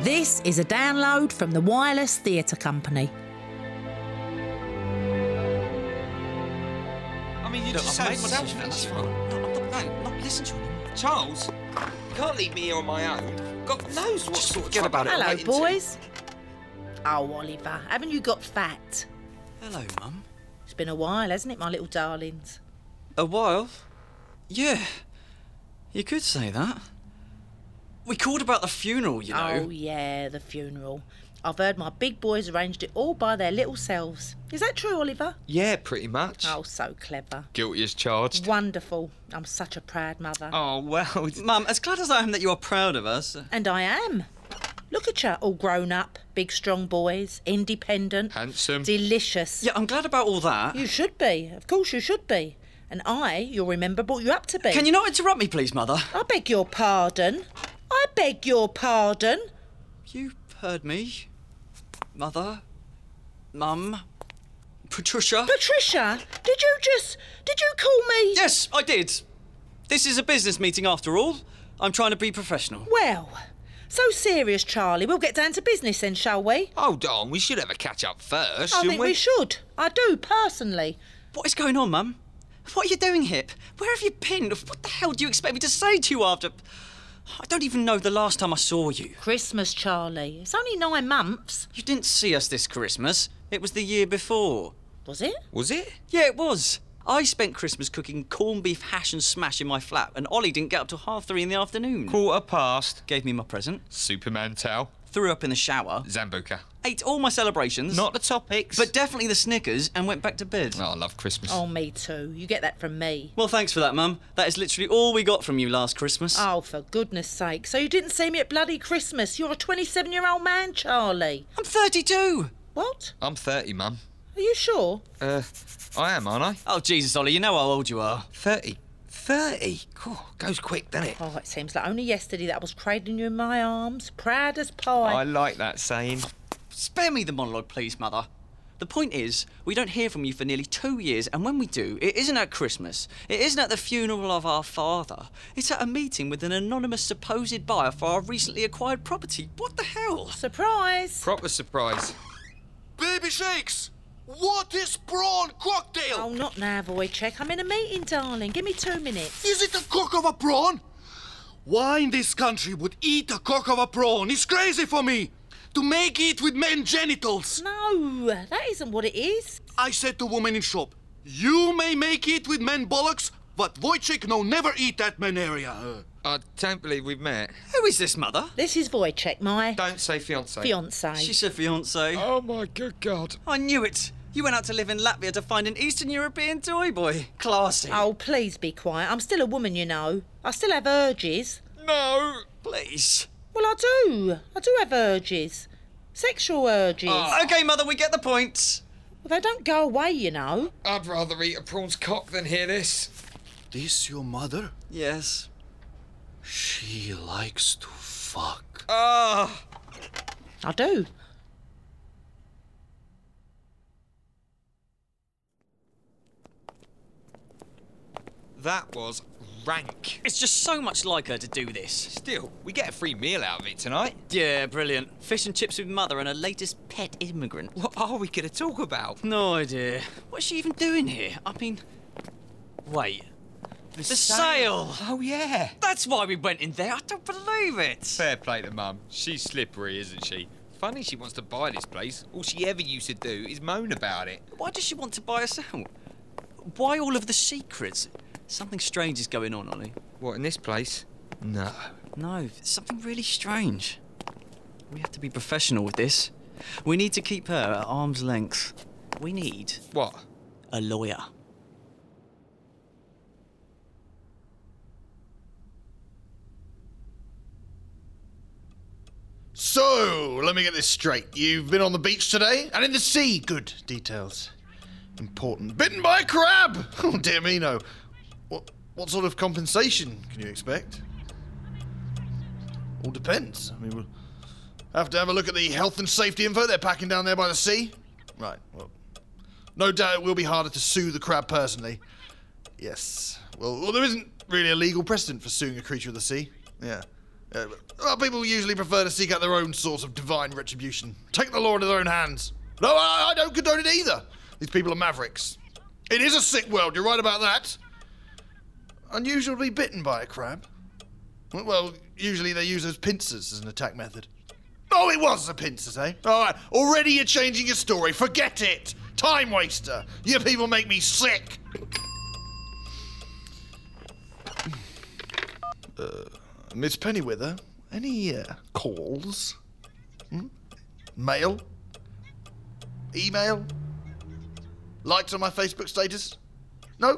This is a download from the Wireless Theatre Company. I mean, you Look, just sound I've made my selfish. decision, That's that's fine. No, I'm not, no, not listen to him. Charles, you can't leave me here on my own. God knows what Just sort of forget trouble about it. I'll Hello, get into. boys. Oh, Oliver, haven't you got fat? Hello, Mum. It's been a while, hasn't it, my little darlings? A while? Yeah. You could say that. We called about the funeral, you know. Oh, yeah, the funeral. I've heard my big boys arranged it all by their little selves. Is that true, Oliver? Yeah, pretty much. Oh, so clever. Guilty as charged. Wonderful. I'm such a proud mother. Oh, well. Mum, as glad as I am that you are proud of us. And I am. Look at you, all grown up, big, strong boys, independent, Handsome. delicious. Yeah, I'm glad about all that. You should be. Of course, you should be. And I, you'll remember, brought you up to be. Can you not interrupt me, please, Mother? I beg your pardon. I beg your pardon. You heard me. Mother. Mum. Patricia. Patricia, did you just. Did you call me. Yes, I did. This is a business meeting after all. I'm trying to be professional. Well, so serious, Charlie. We'll get down to business then, shall we? Hold on, we should have a catch up first, I shouldn't think we? should. I do, personally. What is going on, Mum? What are you doing, Hip? Where have you been? What the hell do you expect me to say to you after. I don't even know the last time I saw you. Christmas, Charlie. It's only nine months, You didn't see us this Christmas. It was the year before. was it? Was it? Yeah, it was. I spent Christmas cooking corned beef hash and smash in my flat, and Ollie didn't get up till half three in the afternoon. Quarter past. Gave me my present, Superman towel. threw up in the shower, Zambuca. ate all my celebrations, Not the topics. but definitely the Snickers, and went back to bed. Oh, I love Christmas. Oh, me too. You get that from me. Well, thanks for that, Mum. That is literally all we got from you last Christmas. Ah. Oh, for goodness sake. So you didn't see me at bloody Christmas. You're a 27 year old man, Charlie. I'm 32! What? I'm 30, Mum. Are you sure? Uh, I am, aren't I? Oh, Jesus, Ollie, you know how old you are. 30. 30? Cool. Goes quick, doesn't it? Oh, it seems like only yesterday that I was cradling you in my arms, proud as pie. like that saying. Spare me the monologue, please, Mother. The point is, we don't hear from you for nearly two years, and when we do, it isn't at Christmas, it isn't at the funeral of our father, it's at a meeting with an anonymous supposed buyer for our recently acquired property. What the hell? Surprise! Proper surprise. Baby Shakes, what is prawn cocktail? Oh, not now, boy. Check. I'm in a meeting, darling. Give me two minutes. Is it a cock of a prawn? Why in this country would eat a cock of a prawn? It's crazy for me. To make it with men genitals. No, that isn't what it is. I said to woman in shop, you may make it with men bollocks, but Wojciech no never eat that man area. Uh, I don't believe we've met. Who is this, Mother? This is Wojciech, my Don't say fiance. fiance. She's her fiance. Oh my good God. I knew it. You went out to live in Latvia to find an Eastern European toy boy. Classy. Oh, please be quiet. I'm still a woman, you know. I still have urges. No. please. Well, I do. I do have urges. Sexual urges. Okay, Mother, we get the point. Well, they don't go away, you know. I'd rather eat a prawn's cock than hear this. this your mother? Yes. She likes to fuck. Ah. I do. that was rank. It's just so much like her to do this. Still, we get a free meal out of it tonight. Yeah, brilliant. Fish and chips with Mother and her latest pet immigrant. What are we going to talk about? No idea. What's she even doing here? I mean, wait. The, sale. Oh, yeah. That's why we went in there. I don't believe it. Fair play to Mum. She's slippery, isn't she? Funny she wants to buy this place. All she ever used to do is moan about it. Why does she want to buy us out? Why all of the secrets? Something strange is going on, Ollie. What, in this place? No. No, something really strange. We have to be professional with this. We need to keep her at arm's length. We need What? a lawyer. So, let me get this straight. You've been on the beach today and in the sea. Good details. Important. Bitten by a crab! Oh, dear me, no. What, what sort of compensation can you expect? All depends. I mean, we'll have to have a look at the health and safety info they're packing down there by the sea. Right, well, no doubt it will be harder to sue the crab personally. Yes. Well, well there isn't really a legal precedent for suing a creature of the sea. Yeah. Uh, well, people usually prefer to seek out their own source of divine retribution, take the law into their own hands. No, I, I don't condone it either. These people are mavericks. It is a sick world, you're right about that. Unusual to be bitten by a crab. Well, usually they use those pincers as an attack method. Oh, it was the pincers, eh? All right, already you're changing your story. Forget it. Time waster. You people make me sick. Uh, Miss Pennywither, any uh, calls? Hmm? Mail? Email? Likes on my Facebook status? No?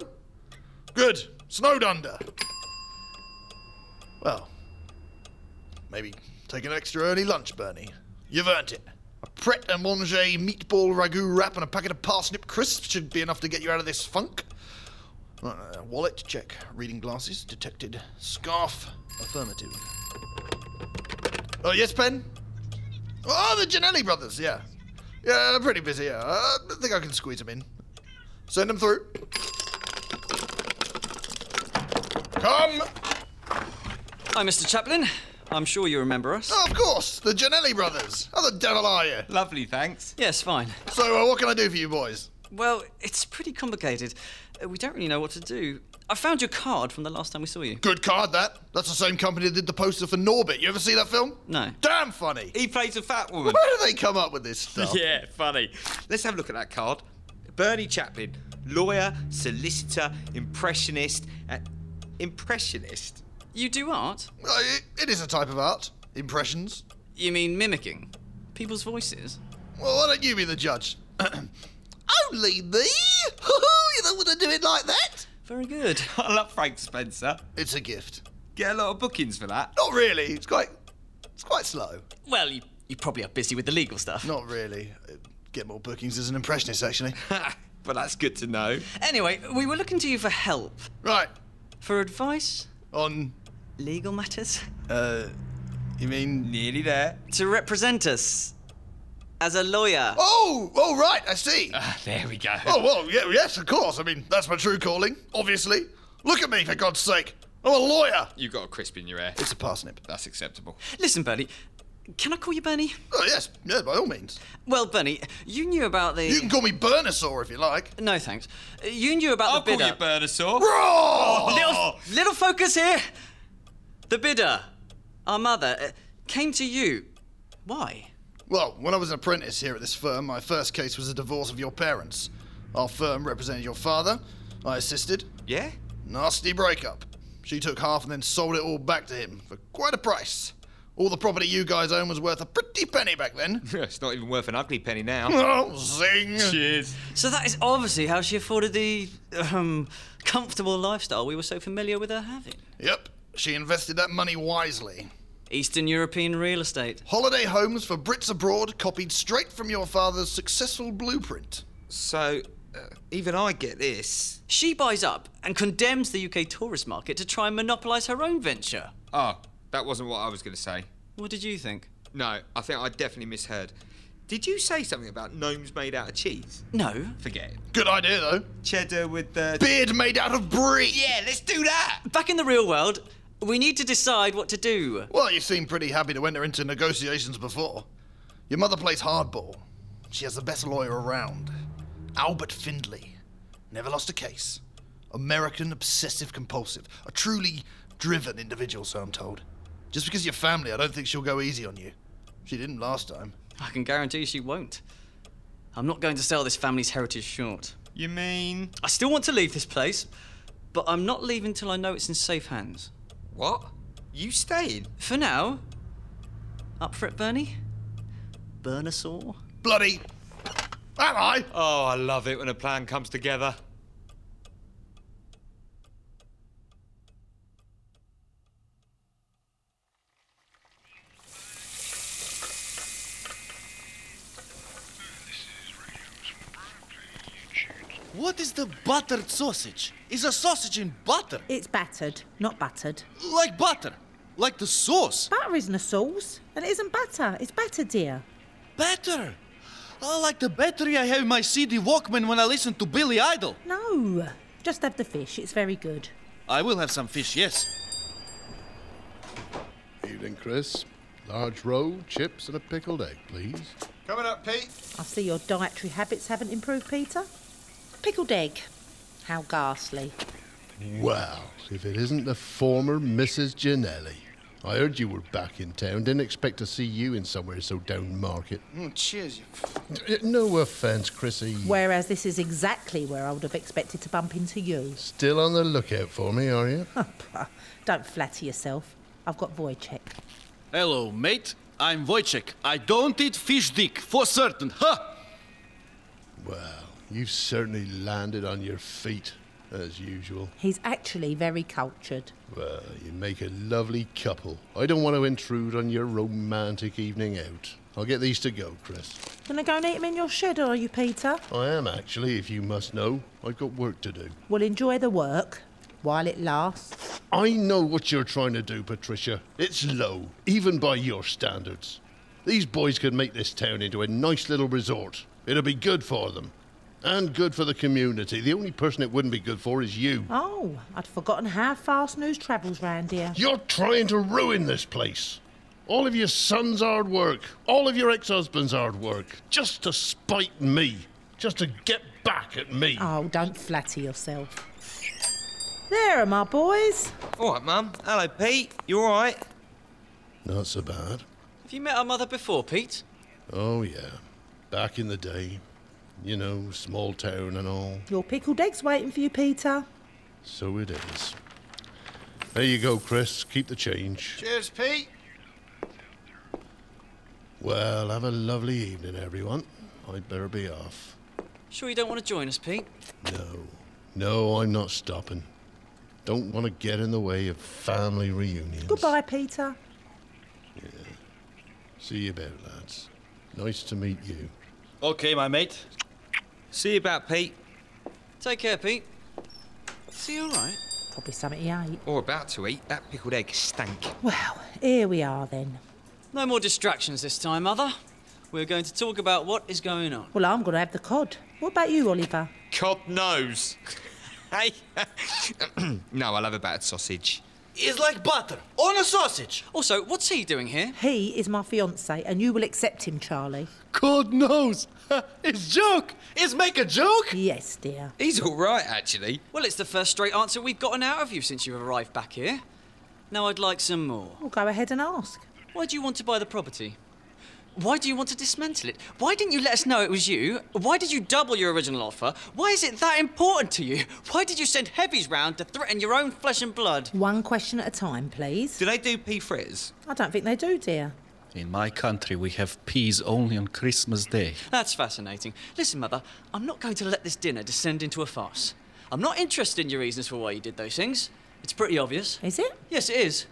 Good. Snowed under. Well, Maybe take an extra early lunch, Bernie. You've earned it. A pret a manger meatball ragout wrap and a packet of parsnip crisps should be enough to get you out of this funk. Uh, wallet, check. Reading glasses, detected. Scarf, affirmative. Oh, yes, Pen? Oh, the Janelli brothers, yeah. Yeah, pretty busy. Yeah. Uh, I think I can squeeze them in. Send them through. Come! Hi, Mr. Chaplin. I'm sure you remember us. Oh, of course, the Janelli brothers. How the devil are you? Lovely, thanks. Yes, fine. So, uh, what can I do for you boys? Well, it's pretty complicated. Uh, We don't really know what to do. I found your card from the last time we saw you. Good card, that. That's the same company that did the poster for Norbit. You ever see that film? No. Damn funny. He plays a fat woman. Where do they come up with this stuff? yeah, funny. Let's have a look at that card. Bernie Chaplin, lawyer, solicitor, impressionist, uh, impressionist. You do art? Uh, it- it is a type of art. Impressions. You mean mimicking? People's voices? Well, why don't you be the judge? Only me? you don't want to do it like that? Very good. I love Frank Spencer. It's a gift. Get a lot of bookings for that. Not really. It's quite. It's quite slow. Well, you, you probably are busy with the legal stuff. Not really. Uh, Get more bookings as an impressionist, actually. but that's good to know. Anyway, we were looking to you for help. right. For advice? On. Legal matters? Uh. You mean Nearly there. To represent us. As a lawyer. Oh, oh, right, I see. Ah, There we go. oh, well, yeah, yes, of course. I mean, that's my true calling, obviously. Look at me, for God's sake. I'm a lawyer. You got a crisp in your hair. It's a parsnip. That's acceptable. Listen, Bernie. Can I call you Bernie? Oh, yes, yeah, by all means. Well, Bernie, you knew about the. You can call me Burnosaur if you like. No, thanks. You knew about I'll the call bidder. you Bernosaur. Roar! little, little focus here. The bidder, our mother, uh, came to you. Why? Well, when I was an apprentice here at this firm, my first case was a divorce of your parents. Our firm represented your father. I assisted. Yeah? Nasty breakup. She took half and then sold it all back to him for quite a price. All the property you guys own was worth a pretty penny back then. it's not even worth an ugly penny now. oh, zing! Cheers. So that is obviously how she afforded the um, comfortable lifestyle we were so familiar with her having. Yep, she invested that money wisely. Eastern European real estate. Holiday homes for Brits abroad copied straight from your father's successful blueprint. So, uh, even I get this. She buys up and condemns the UK tourist market to try and monopolise her own venture. Oh, that wasn't what I was going to say. What did you think? No, I think I definitely misheard. Did you say something about gnomes made out of cheese? No. Forget it. Good idea, though. Cheddar with the. Beard made out of brie. yeah, let's do that! Back in the real world, we need to decide what to do. Well, you seem pretty happy to enter into negotiations before. Your mother plays hardball. She has the best lawyer around. Albert Findley. Never lost a case. American obsessive compulsive. A truly driven individual, so I'm told. Just because you're family, I don't think she'll go easy on you. She didn't last time. I can guarantee she won't. I'm not going to sell this family's heritage short. You mean. I still want to leave this place, but I'm not leaving till I know it's in safe hands. What? You staying? For now, up for it, Bernie? Burnosaur? Bloody. Am I? Oh, I love it when a plan comes together. What is the buttered sausage? Is a sausage in butter? It's battered, not buttered. Like butter? Like the sauce? Butter isn't a sauce, and it isn't batter. It's batter, dear. Better! I like the battery I have in my CD Walkman when I listen to Billy Idol. No, just have the fish. It's very good. I will have some fish, yes. You then, Chris. Large roll, chips, and a pickled egg, please. Coming up, Pete. I see your dietary habits haven't improved, Peter. Pickled egg. How ghastly. Well, if it isn't the former Mrs. Janelli. I heard you were back in town. Didn't expect to see you in somewhere so down market. Oh, cheers, you No offence, Chrissy. Whereas this is exactly where I would have expected to bump into you. Still on the lookout for me, are you? Don't flatter yourself. I've got Wojciech. Hello, mate. I'm Wojciech. I don't eat fish dick, for certain. Ha! well, you've certainly landed on your feet, as usual. He's actually very cultured. Well, you make a lovely couple. I don't want to intrude on your romantic evening out. I'll get these to go, Chris. Gonna go and eat him in your shed, are you, Peter? I am actually, if you must know. I've got work to do. Well, enjoy the work while it lasts. I know what you're trying to do, Patricia. It's low, even by your standards. These boys could make this town into a nice little resort. It'll be good for them. And good for the community. The only person it wouldn't be good for is you. Oh, I'd forgotten how fast news travels round here. You're trying to ruin this place. All of your son's hard work, all of your ex husband's hard work, just to spite me, just to get back at me. Oh, don't flatter yourself. There are my boys. All right, Mum. Hello, Pete. You all right? Not so bad. Have you met our mother before, Pete? Oh, yeah. Back in the day. You know, small town and all. Your pickled egg's waiting for you, Peter. So it is. There you go, Chris. Keep the change. Cheers, Pete. Well, have a lovely evening, everyone. I'd better be off. Sure you don't want to join us, Pete? No, no, I'm not stopping. Don't want to get in the way of family reunions. Goodbye, Peter. See you about, lads. Nice to meet you. Okay, my mate. See you about Pete. Take care, Pete. See you all right? Probably something he ate. Or about to eat. That pickled egg stank. Well, here we are then. No more distractions this time, Mother. We're going to talk about what is going on. Well, I'm going to have the cod. What about you, Oliver? Cod nose. hey. no, I love a battered sausage. It's like butter on a sausage. Also, what's he doing here? He is my fiance, and you will accept him, Charlie. God knows. it's joke. It's make a joke. Yes, dear. He's all right, actually. Well, it's the first straight answer we've gotten out of you since you arrived back here. Now I'd like some more. Well, go ahead and ask. Why do you want to buy the property? Why do you want to dismantle it? Why didn't you let us know it was you? Why did you double your original offer? Why is it that important to you? Why did you send heavies round to threaten your own flesh and blood? One question at a time, please. Do they do pea fritters? I don't think they do, dear. In my country, we have peas only on Christmas Day. That's fascinating. Listen, Mother, I'm not going to let this dinner descend into a farce. I'm not interested in your reasons for why you did those things. It's pretty obvious. Is it? Yes, it is.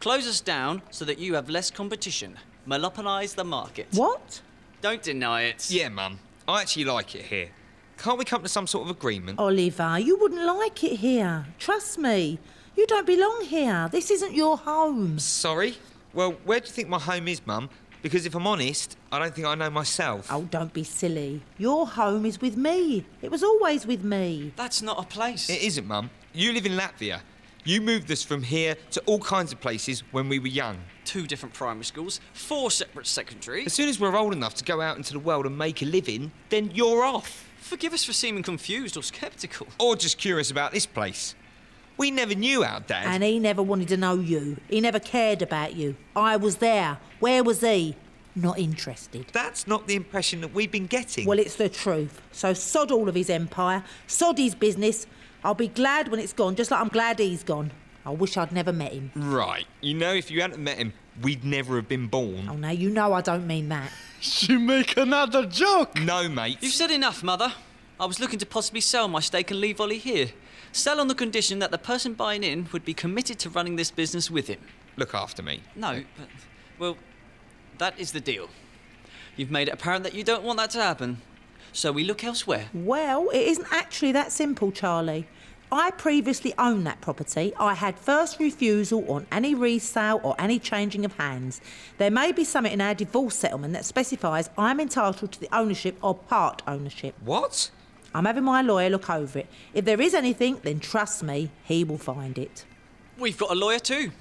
Close us down so that you have less competition. Monopolise the market. What? Don't deny it. Yeah, Mum. I actually like it here. Can't we come to some sort of agreement? Oliver, you wouldn't like it here. Trust me. You don't belong here. This isn't your home. Sorry? Well, where do you think my home is, Mum? Because if I'm honest, I don't think I know myself. Oh, don't be silly. Your home is with me. It was always with me. That's not a place. It isn't, Mum. You live in Latvia. You moved us from here to all kinds of places when we were young. Two different primary schools, four separate secondaries. As soon as we're old enough to go out into the world and make a living, then you're off. Forgive us for seeming confused or sceptical. Or just curious about this place. We never knew our dad. And he never wanted to know you. He never cared about you. I was there. Where was he? Not interested. That's not the impression that we've been getting. Well, it's the truth. So sod all of his empire, sod his business. I'll be glad when it's gone, just like I'm glad he's gone. I wish I'd never met him. right. You know, if you hadn't met him, we'd never have been born. Oh, now you know I don't mean that. She make another joke. No, mate. You've said enough, Mother. I was looking to possibly sell my stake and leave Ollie here. Sell on the condition that the person buying in would be committed to running this business with him. Look after me. No, but. Well, that is the deal. You've made it apparent that you don't want that to happen. So we look elsewhere. Well, it isn't actually that simple, Charlie. I previously owned that property. I had first refusal on any resale or any changing of hands. There may be something in our divorce settlement that specifies I'm entitled to the ownership or part ownership. What? I'm having my lawyer look over it. If there is anything, then trust me, he will find it. We've got a lawyer too.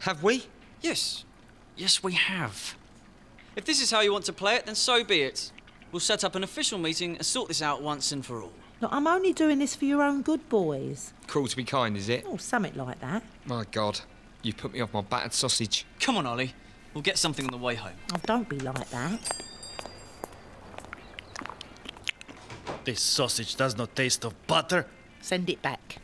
Have we? Yes. Yes, we have. If this is how you want to play it, then so be it. We'll set up an official meeting and sort this out once and for all. Look, I'm only doing this for your own good, boys. Cruel to be kind, is it? Or something like that. My God, you put me off my battered sausage. Come on, Ollie. We'll get something on the way home. Oh, don't be like that. This sausage does not taste of butter. Send it back.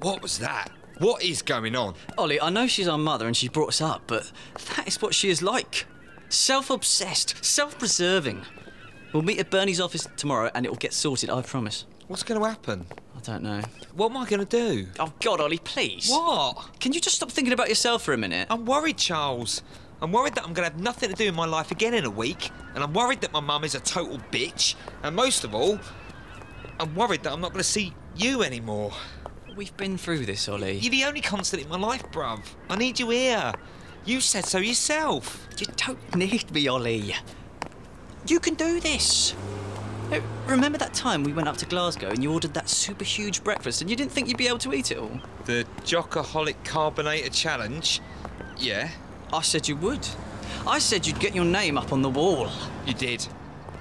What was that? What is going on? Ollie, I know she's our mother and she brought us up, but that is what she is like. Self obsessed, self preserving. We'll meet at Bernie's office tomorrow and it will get sorted, I promise. What's going to happen? I don't know. What am I going to do? Oh, God, Ollie, please. What? Can you just stop thinking about yourself for a minute? I'm worried, Charles. I'm worried that I'm going to have nothing to do in my life again in a week, and I'm worried that my mum is a total bitch, and most of all, I'm worried that I'm not going to see you anymore. We've been through this, Ollie. You're the only constant in my life, bruv. I need you here. You said so yourself. You don't need me, Ollie. You can do this. Uh, Remember that time we went up to Glasgow and you ordered that super huge breakfast and you didn't think you'd be able to eat it all? The Jockaholic Carbonator Challenge? Yeah, I said you would. I said you'd get your name up on the wall. you did.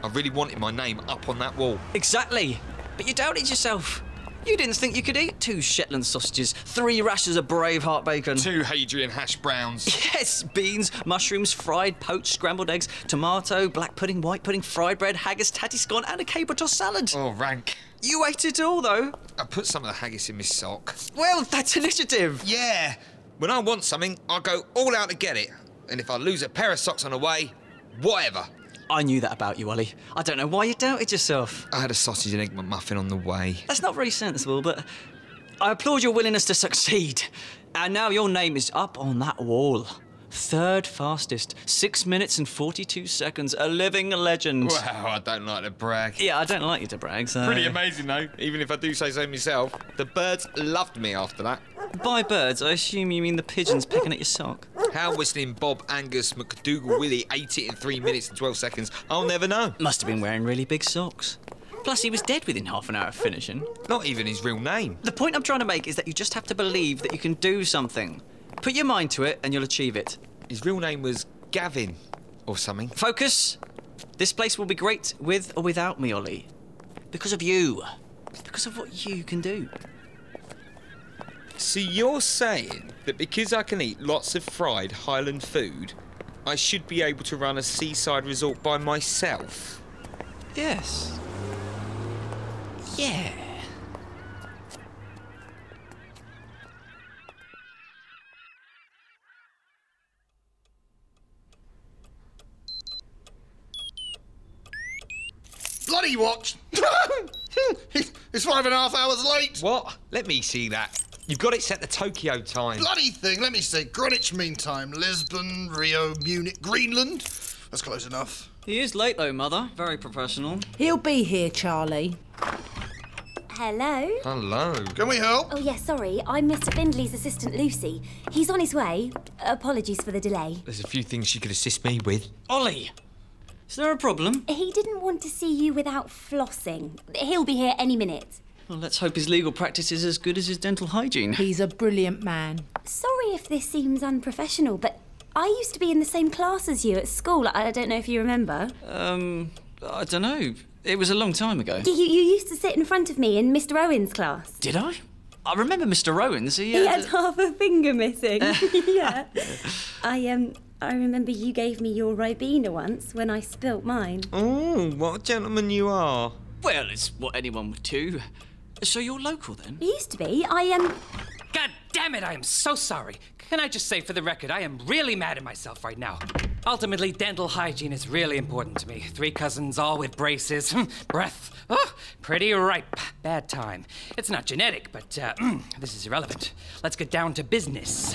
I really wanted my name up on that wall. Exactly. But you doubted yourself. You didn't think you could eat two Shetland sausages, three rashers of Braveheart bacon. Two Hadrian hash browns. Yes, beans, mushrooms, fried, poached, scrambled eggs, tomato, black pudding, white pudding, fried bread, haggis, tatty scone, and a caber toss salad. Oh, rank. You ate it all, though. I put some of the haggis in my sock. Well, that's initiative. Yeah. When I want something, I go all out to get it. And if I lose a pair of socks on the way, whatever. I knew that about you, Ollie. I don't know why you doubted yourself. I had a sausage and egg muffin on the way. That's not very sensible, but I applaud your willingness to succeed. And now your name is up on that wall. Third fastest, six minutes and 42 seconds, a living legend. Wow, I don't like to brag. Yeah, I don't like you to brag, so. Pretty amazing though, even if I do say so myself. The birds loved me after that. By birds, I assume you mean the pigeons picking at your sock. How whistling Bob Angus McDougal Willie ate it in three minutes and twelve seconds, I'll never know. Must have been wearing really big socks. Plus, he was dead within half an hour of finishing. Not even his real name. The point I'm trying to make is that you just have to believe that you can do something. Put your mind to it and you'll achieve it. His real name was Gavin or something. Focus. This place will be great with or without me, Ollie. Because of you. Because of what you can do. So you're saying that because I can eat lots of fried Highland food, I should be able to run a seaside resort by myself? Yes. Yeah. Bloody watch! it's five and a half hours late! What? Let me see that. You've got it set to Tokyo time. Bloody thing, let me see. Greenwich Mean Time, Lisbon, Rio, Munich, Greenland. That's close enough. He is late though, Mother. Very professional. He'll be here, Charlie. Hello? Hello. Can we help? Oh, yeah, sorry. I'm Mr. Findley's assistant, Lucy. He's on his way. Apologies for the delay. There's a few things you could assist me with. Ollie! Is there a problem? He didn't want to see you without flossing. He'll be here any minute. Well, let's hope his legal practice is as good as his dental hygiene. He's a brilliant man. Sorry if this seems unprofessional, but I used to be in the same class as you at school. I I don't know if you remember. Um, I don't know. It was a long time ago. You, you used to sit in front of me in Mr. Owen's class. Did I? I remember Mr. Owens. He, uh, He had half a finger missing. yeah. I um I remember you gave me your Ribena once when I spilt mine. Oh, what a gentleman you are. Well, it's what anyone would do. So you're local then? It used to be. I um God damn it, I am so sorry. Can I just say for the record, I am really mad at myself right now. Ultimately, dental hygiene is really important to me. Three cousins, all with braces, Hmm, breath, oh, pretty ripe. Bad hmm, time. It's not genetic, but uh, this is irrelevant. Let's get down to business.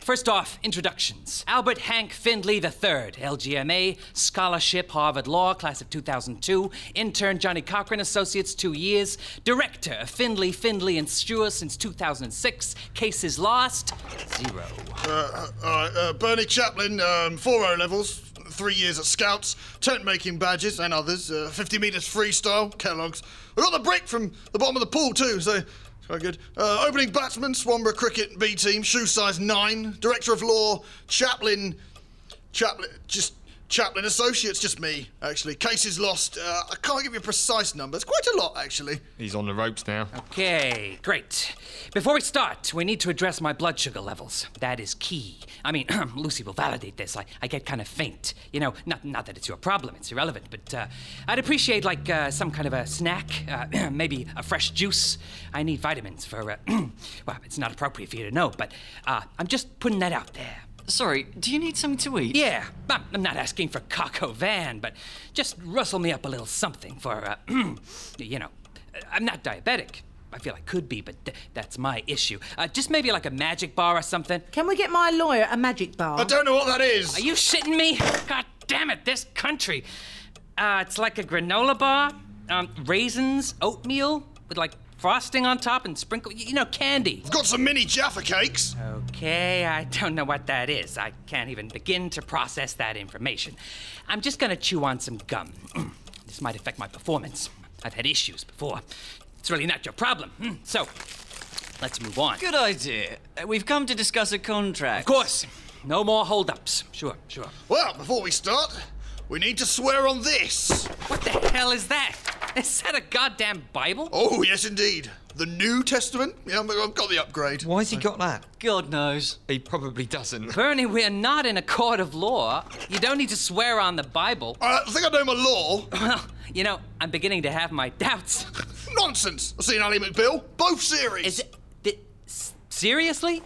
First off, introductions. Albert Hank Findley III, LGMA, scholarship, Harvard Law, class of 2002, intern Johnny Cochran Associates, two years, director of Findley, Findley and Stewart since 2006, cases lost, zero. Uh, all right, uh, Bernie Chaplin, um, four O levels, three years at Scouts, tent making badges and others, uh, 50 metres freestyle, Kellogg's. We got the brick from the bottom of the pool too, so it's quite good. Uh, opening batsman, Swanborough Cricket B team, shoe size nine, Director of Law, Chaplin, Chaplin, just Chaplin Associates, just me actually. Cases lost. Uh, I can't give you a precise number. It's quite a lot actually. He's on the ropes now. Okay, great. Before we start, we need to address my blood sugar levels. That is key. I mean, Lucy will validate this. I, I get kind of faint. You know, not, not that it's your problem, it's irrelevant, but uh, I'd appreciate, like, uh, some kind of a snack, uh, maybe a fresh juice. I need vitamins for, uh, well, it's not appropriate for you to know, but uh, I'm just putting that out there. Sorry, do you need something to eat? Yeah, I'm, I'm not asking for Coco Van, but just rustle me up a little something for, uh, you know, I'm not diabetic. I feel I could be, but th- that's my issue. Uh, just maybe like a magic bar or something. Can we get my lawyer a magic bar? I don't know what that is. Are you shitting me? God damn it, this country. Uh, it's like a granola bar, um, raisins, oatmeal, with like frosting on top and sprinkle, you know, candy. I've got some mini Jaffa cakes. Okay, I don't know what that is. I can't even begin to process that information. I'm just gonna chew on some gum. this might affect my performance. I've had issues before. It's really not your problem. Hmm, So, let's move on. Good idea. Uh, We've come to discuss a contract. Of course. No more holdups. Sure, sure. Well, before we start, we need to swear on this. What the hell is that? Is that a goddamn Bible? Oh, yes, indeed. The New Testament? Yeah, I've got the upgrade. Why's he got that? God knows. He probably doesn't. Bernie, we're not in a court of law. You don't need to swear on the Bible. I think Uh, I know my law. Well, you know, I'm beginning to have my doubts. Nonsense! I've seen Ali McBill, both series. Is it, th- s- seriously?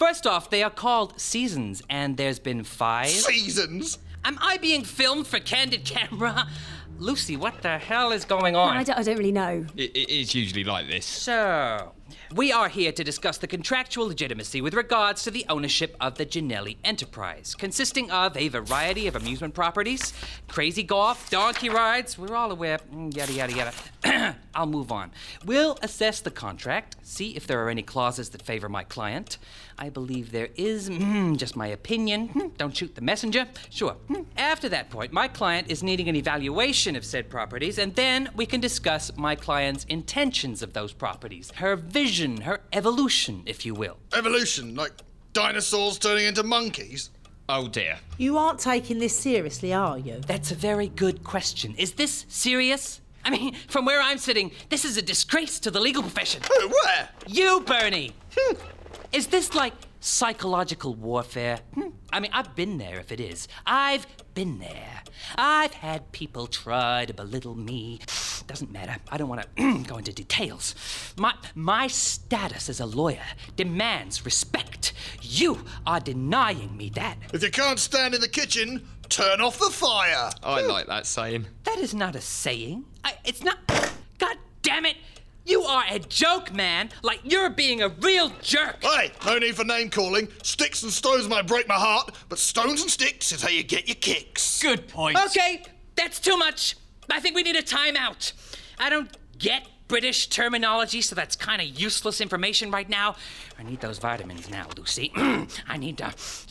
First off, they are called seasons, and there's been five. Seasons? Am I being filmed for candid camera? Lucy, what the hell is going on? I don't, I don't really know. It, it is usually like this. So, we are here to discuss the contractual legitimacy with regards to the ownership of the Ginelli enterprise, consisting of a variety of amusement properties, crazy golf, donkey rides, we're all aware, mm, yada, yada, yada. I'll move on. We'll assess the contract, see if there are any clauses that favor my client. I believe there is, mm, just my opinion. Mm, Don't shoot the messenger. Sure. Mm. After that point, my client is needing an evaluation of said properties, and then we can discuss my client's intentions of those properties, her vision, her evolution, if you will. Evolution, like dinosaurs turning into monkeys. Oh dear. You aren't taking this seriously, are you? That's a very good question. Is this serious? I mean, from where I'm sitting, this is a disgrace to the legal profession. Who? Where? You, Bernie! is this like psychological warfare? Hmm. I mean, I've been there if it is. I've been there. I've had people try to belittle me. Doesn't matter. I don't want to go into details. My, my status as a lawyer demands respect. You are denying me that. If you can't stand in the kitchen, turn off the fire. I like that saying. That is not a saying. I, it's not. God damn it! You are a joke, man. Like you're being a real jerk. Hey, no need for name calling. Sticks and stones might break my heart, but stones and sticks is how you get your kicks. Good point. Okay, that's too much. I think we need a timeout. I don't get British terminology, so that's kind of useless information right now. I need those vitamins now, Lucy. I need uh,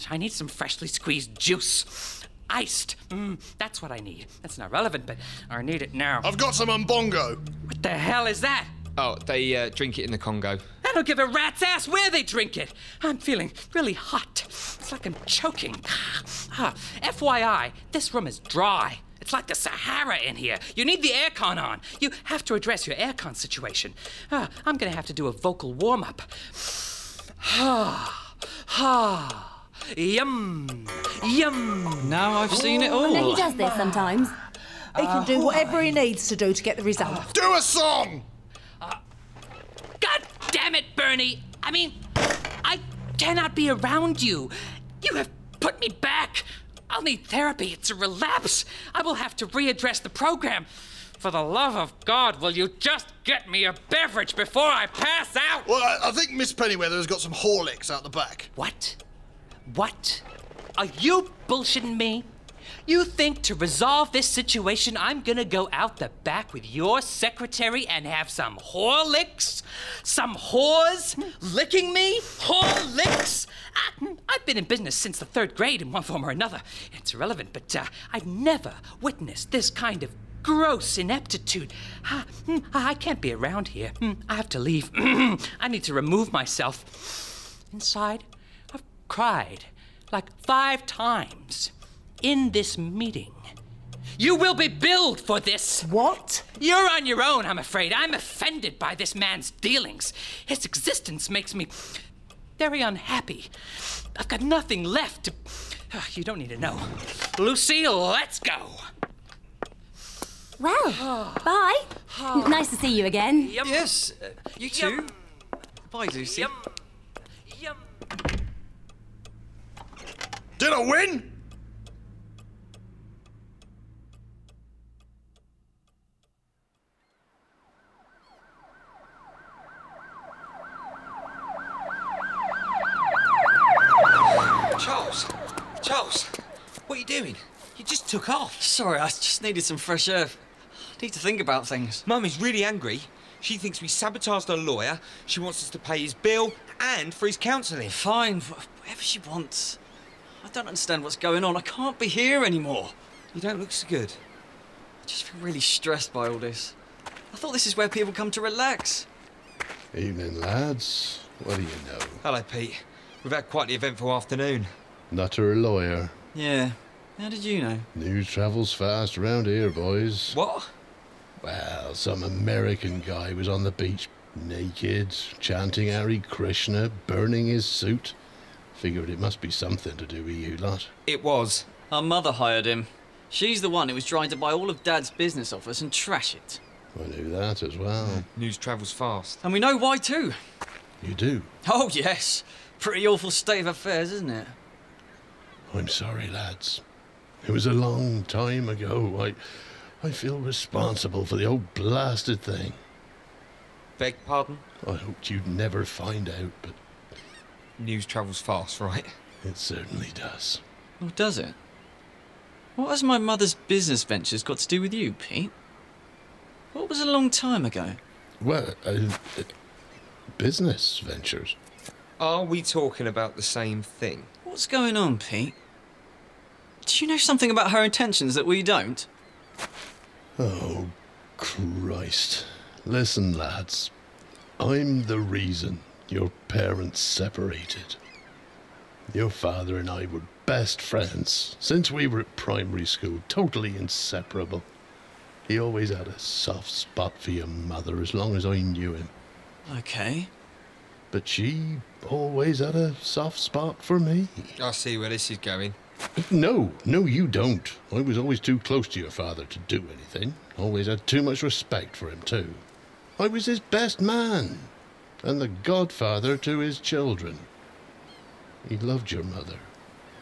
I need some freshly squeezed juice. Iced. Mm, that's what I need. That's not relevant, but I need it now. I've got some umbongo. What the hell is that? Oh, they uh, drink it in the Congo. I don't give a rat's ass where they drink it. I'm feeling really hot. It's like I'm choking. Ah, FYI, this room is dry. It's like the Sahara in here. You need the aircon on. You have to address your aircon situation. Ah, I'm gonna have to do a vocal warm up. Ah, ah, yum, yum. Now I've seen it I know he all. does this sometimes. He can do whatever he needs to do to get the result. Do a song. God damn it, Bernie! I mean, I cannot be around you. You have put me back. I'll need therapy. It's a relapse. I will have to readdress the program. For the love of God, will you just get me a beverage before I pass out? Well, I, I think Miss Pennyweather has got some Horlicks out the back. What? What? Are you bullshitting me? You think to resolve this situation, I'm gonna go out the back with your secretary and have some whore licks? Some whores licking me? Whore licks? I, I've been in business since the third grade in one form or another. It's irrelevant, but uh, I've never witnessed this kind of gross ineptitude. Ah, mm, I can't be around here. Mm, I have to leave. I need to remove myself. Inside, I've cried like five times in this meeting. You will be billed for this. What? You're on your own, I'm afraid. I'm offended by this man's dealings. His existence makes me very unhappy. I've got nothing left to. Ah, you don't need to know. Lucy, let's go. Well, bye. Nice to see you again. Yes, uh, you too. Bye, Lucy. Did I win? Charles! Charles! What are you doing? You just took off. Sorry, I just needed some fresh air. I need to think about things. Mum is really angry. She thinks we sabotaged her lawyer. She wants us to pay his bill and for his counselling. Fine, wh- whatever she wants. I don't understand what's going on. I can't be here anymore. You don't look so good. I just feel really stressed by all this. I thought this is where people come to relax. Evening, lads. What do you know? Hello, Pete. We've had quite the eventful afternoon. Nutter a lawyer. Yeah. How did you know? News travels fast round here, boys. What? Well, some American guy was on the beach, naked, chanting Hare Krishna, burning his suit. Figured it must be something to do with you lot. It was. Our mother hired him. She's the one who was trying to buy all of Dad's business off us and trash it. I knew that as well. News travels fast. And we know why, too. You do. Oh, yes. Pretty awful state of affairs, isn't it? I'm sorry, lads. It was a long time ago. I, I feel responsible for the old blasted thing. Beg pardon? I hoped you'd never find out, but News travels fast, right? it certainly does. Or does it? What has my mother's business ventures got to do with you, Pete? What was a long time ago? Well, uh, uh, business ventures. Are we talking about the same thing? What's going on, Pete? Do you know something about her intentions that we don't? Oh, Christ. Listen, lads. I'm the reason your parents separated. Your father and I were best friends since we were at primary school, totally inseparable. He always had a soft spot for your mother as long as I knew him, Okay. but she always had a soft spot for me. I see where this is going. No, no, you don't. I was always too close to your father to do anything. Always had too much respect for him, too. I was his best man and the godfather to his children. He loved your mother,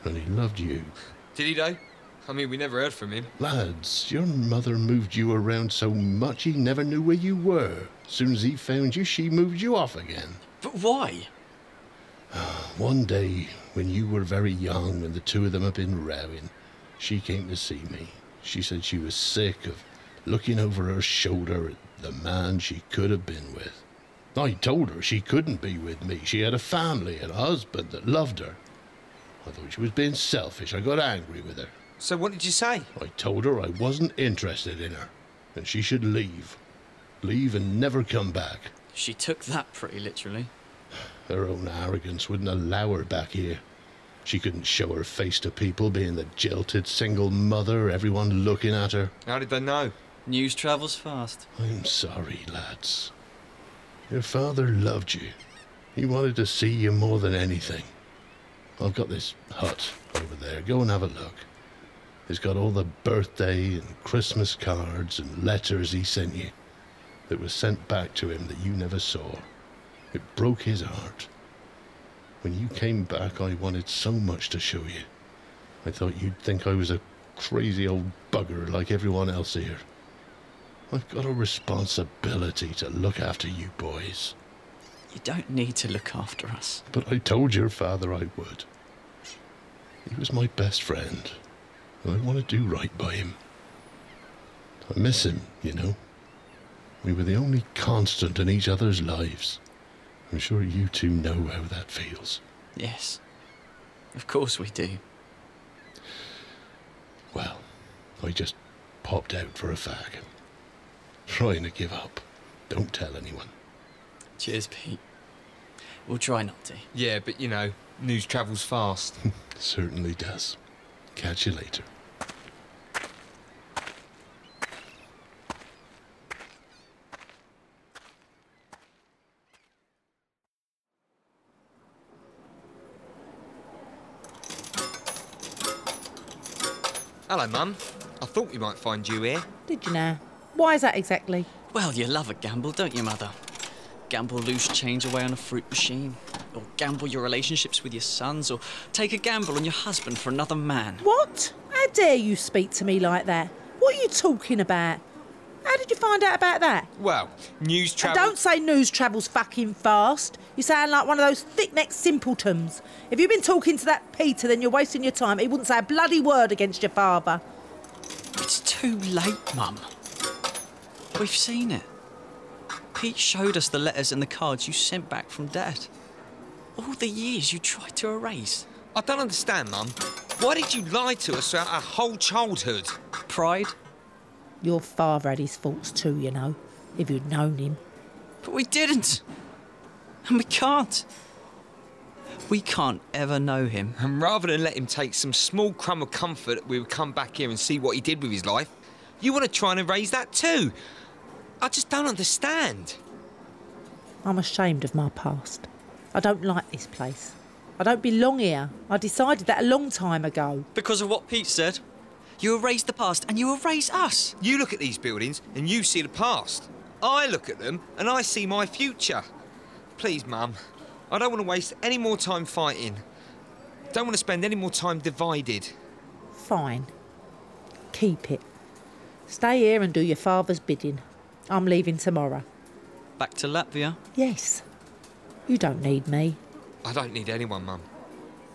and he loved you. Did he though? I mean, we never heard from him. Lads, your mother moved you around so much he never knew where you were. Soon as he found you, she moved you off again. But why? One day, when you were very young and the two of them had been rowing, she came to see me. She said she was sick of looking over her shoulder at the man she could have been with. I told her she couldn't be with me. She had a family and a husband that loved her. I thought she was being selfish. I got angry with her. So what did you say? I told her I wasn't interested in her and she should leave. Leave and never come back. She took that pretty literally. Her own arrogance wouldn't allow her back here. She couldn't show her face to people, being the jilted single mother, everyone looking at her. How did they know? News travels fast. I'm sorry, lads. Your father loved you. He wanted to see you more than anything. I've got this hut over there. Go and have a look. It's got all the birthday and Christmas cards and letters he sent you that were sent back to him that you never saw. It broke his heart. When you came back, I wanted so much to show you. I thought you'd think I was a crazy old bugger like everyone else here. I've got a responsibility to look after you boys. You don't need to look after us. But I told your father I would. He was my best friend. and I want to do right by him. I miss him, you know. We were the only constant in each other's lives. I'm sure you two know how that feels. Yes. Of course we do. Well, I just popped out for a fag. Trying to give up. Don't tell anyone. Cheers, Pete. We'll try not to. Yeah, but you know, news travels fast. Certainly does. Catch you later. Hello, Mum. I thought we might find you here. Did you know? Why is that exactly? Well, you love a gamble, don't you, Mother? Gamble loose change away on a fruit machine, or gamble your relationships with your sons, or take a gamble on your husband for another man. What? How dare you speak to me like that? What are you talking about? How did you find out about that? Well, news And travels. don't say news travels fucking fast. You sound like one of those thick-necked simpletons. If you've been talking to that Peter, then you're wasting your time. He wouldn't say a bloody word against your father. It's too late, Mum. We've seen it. Pete showed us the letters and the cards you sent back from Dad. All the years you tried to erase. I don't understand, Mum. Why did you lie to us throughout our whole childhood? Pride? Your father had his faults too, you know. If you'd known him. But we didn't. And we can't. We can't ever know him. And rather than let him take some small crumb of comfort, we would come back here and see what he did with his life. You want to try and erase that too? I just don't understand. I'm ashamed of my past. I don't like this place. I don't belong here. I decided that a long time ago. Because of what Pete said. You erase the past and you erase us. You look at these buildings and you see the past. I look at them and I see my future. Please, Mum, I don't want to waste any more time fighting. Don't want to spend any more time divided. Fine. Keep it. Stay here and do your father's bidding. I'm leaving tomorrow. Back to Latvia. Yes. You don't need me. I don't need anyone, Mum.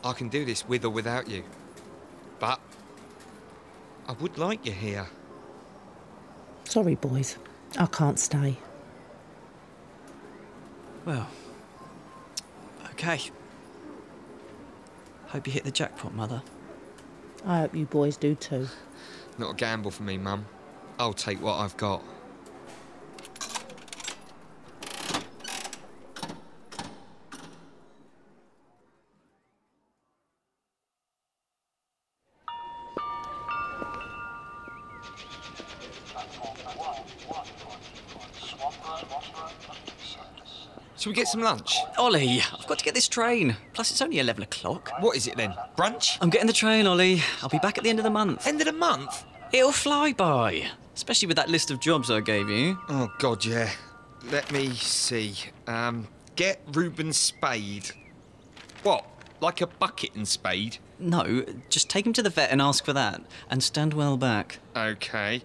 I can do this with or without you. But I would like you here. Sorry, boys. I can't stay. Well, okay. Hope you hit the jackpot, Mother. I hope you boys do too. Not a gamble for me, Mum. I'll take what I've got. Shall we get some lunch? Ollie, I've got to get this train. Plus, it's only 11 o'clock. What is it then? Brunch? I'm getting the train, Ollie. I'll be back at the end of the month. End of the month? It'll fly by. Especially with that list of jobs I gave you. Oh, God, yeah. Let me see. Um, get Reuben Spade. What? Like a bucket and spade? No, just take him to the vet and ask for that. And stand well back. Okay.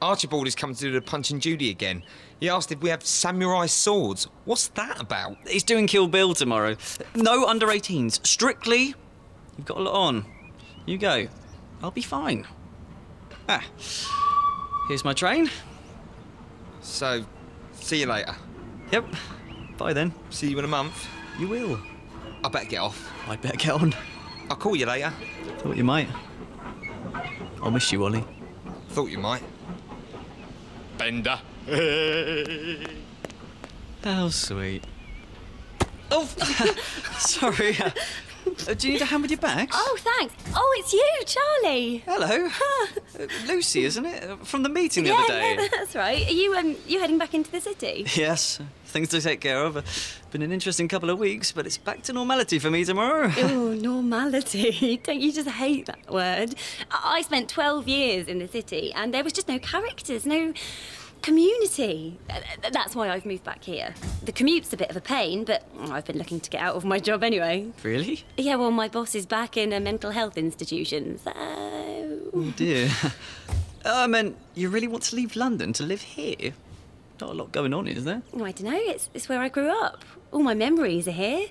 Archibald is coming to do the Punch and Judy again. He asked if we have samurai swords. What's that about? He's doing Kill Bill tomorrow. No under 18s. Strictly. You've got a lot on. You go. I'll be fine. Ah. Here's my train. So, see you later. Yep. Bye then. See you in a month. You will. I better get off. I'd better get on. I'll call you later. Thought you might. I'll miss you, Ollie. Thought you might. Bender. How sweet. Oh, sorry. Uh, do you need a hand with your bags? Oh, thanks. Oh, it's you, Charlie. Hello. Uh, Lucy, isn't it? Uh, From the meeting the other yeah, day. no, that's right. Are you um, you heading back into the city? Yes, things to take care of. Been an interesting couple of weeks, but it's back to normality for me tomorrow. Oh, normality. Don't you just hate that word? I I spent 12 years in the city and there was just no characters, no community. Uh, th- That's why I've moved back here. The commute's a bit of a pain, but mm, I've been looking to get out of my job anyway. Really? Yeah, well, my boss is back in a mental health institution, so. Oh dear. Oh, I meant you really want to leave London to live here? Not a lot going on, is there? Oh, I don't know, it's, it's where I grew up. All my memories are here.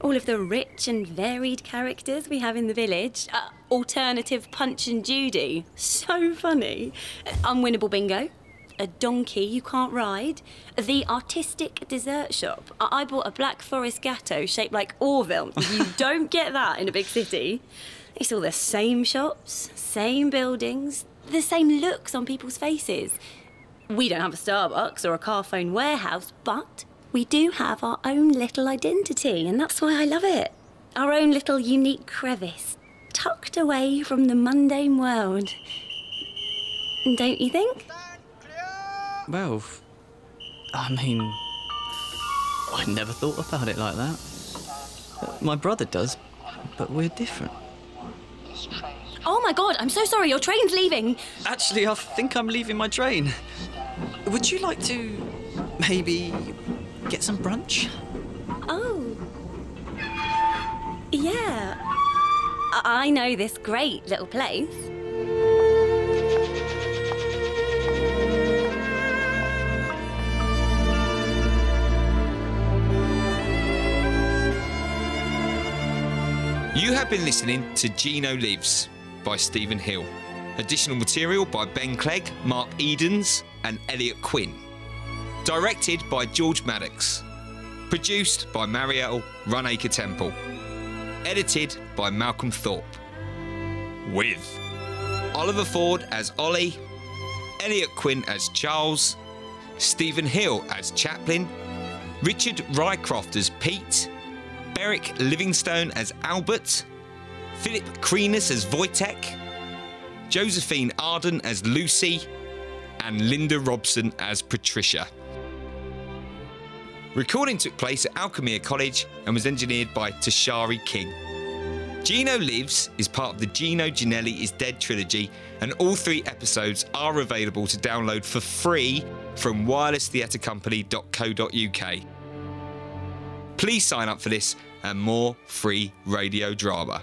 all of the rich and varied characters we have in the village. Uh, alternative Punch and Judy. So funny. Unwinnable Bingo. A donkey you can't ride. The artistic dessert shop. I, I bought a black forest gatto shaped like Orville. You don't get that in a big city. It's all the same shops, same buildings, the same looks on people's faces. We don't have a Starbucks or a car phone warehouse, but we do have our own little identity, and that's why I love it. Our own little unique crevice, tucked away from the mundane world. Don't you think? Well, f- I mean, I never thought about it like that. My brother does, but we're different. Oh my god, I'm so sorry, your train's leaving. Actually, I think I'm leaving my train. Would you like to maybe get some brunch? Oh. Yeah. I- I know this great little place. You have been listening to Gino Lives by Stephen Hill. Additional material by Ben Clegg, Mark Edens, and Elliot Quinn. Directed by George Maddox. Produced by Marielle Runacre Temple. Edited by Malcolm Thorpe. With Oliver Ford as Ollie, Elliot Quinn as Charles, Stephen Hill as Chaplin, Richard Rycroft as Pete, Beric Livingstone as Albert, Philip Kreenis as Wojtek, Josephine Arden as Lucy, and Linda Robson as Patricia. Recording took place at Alchemia College and was engineered by Tashari King. Gino Lives is part of the Gino Ginelli is Dead trilogy, and all three episodes are available to download for free from wirelesstheatrecompany.co.uk. Please sign up for this and more free radio drama.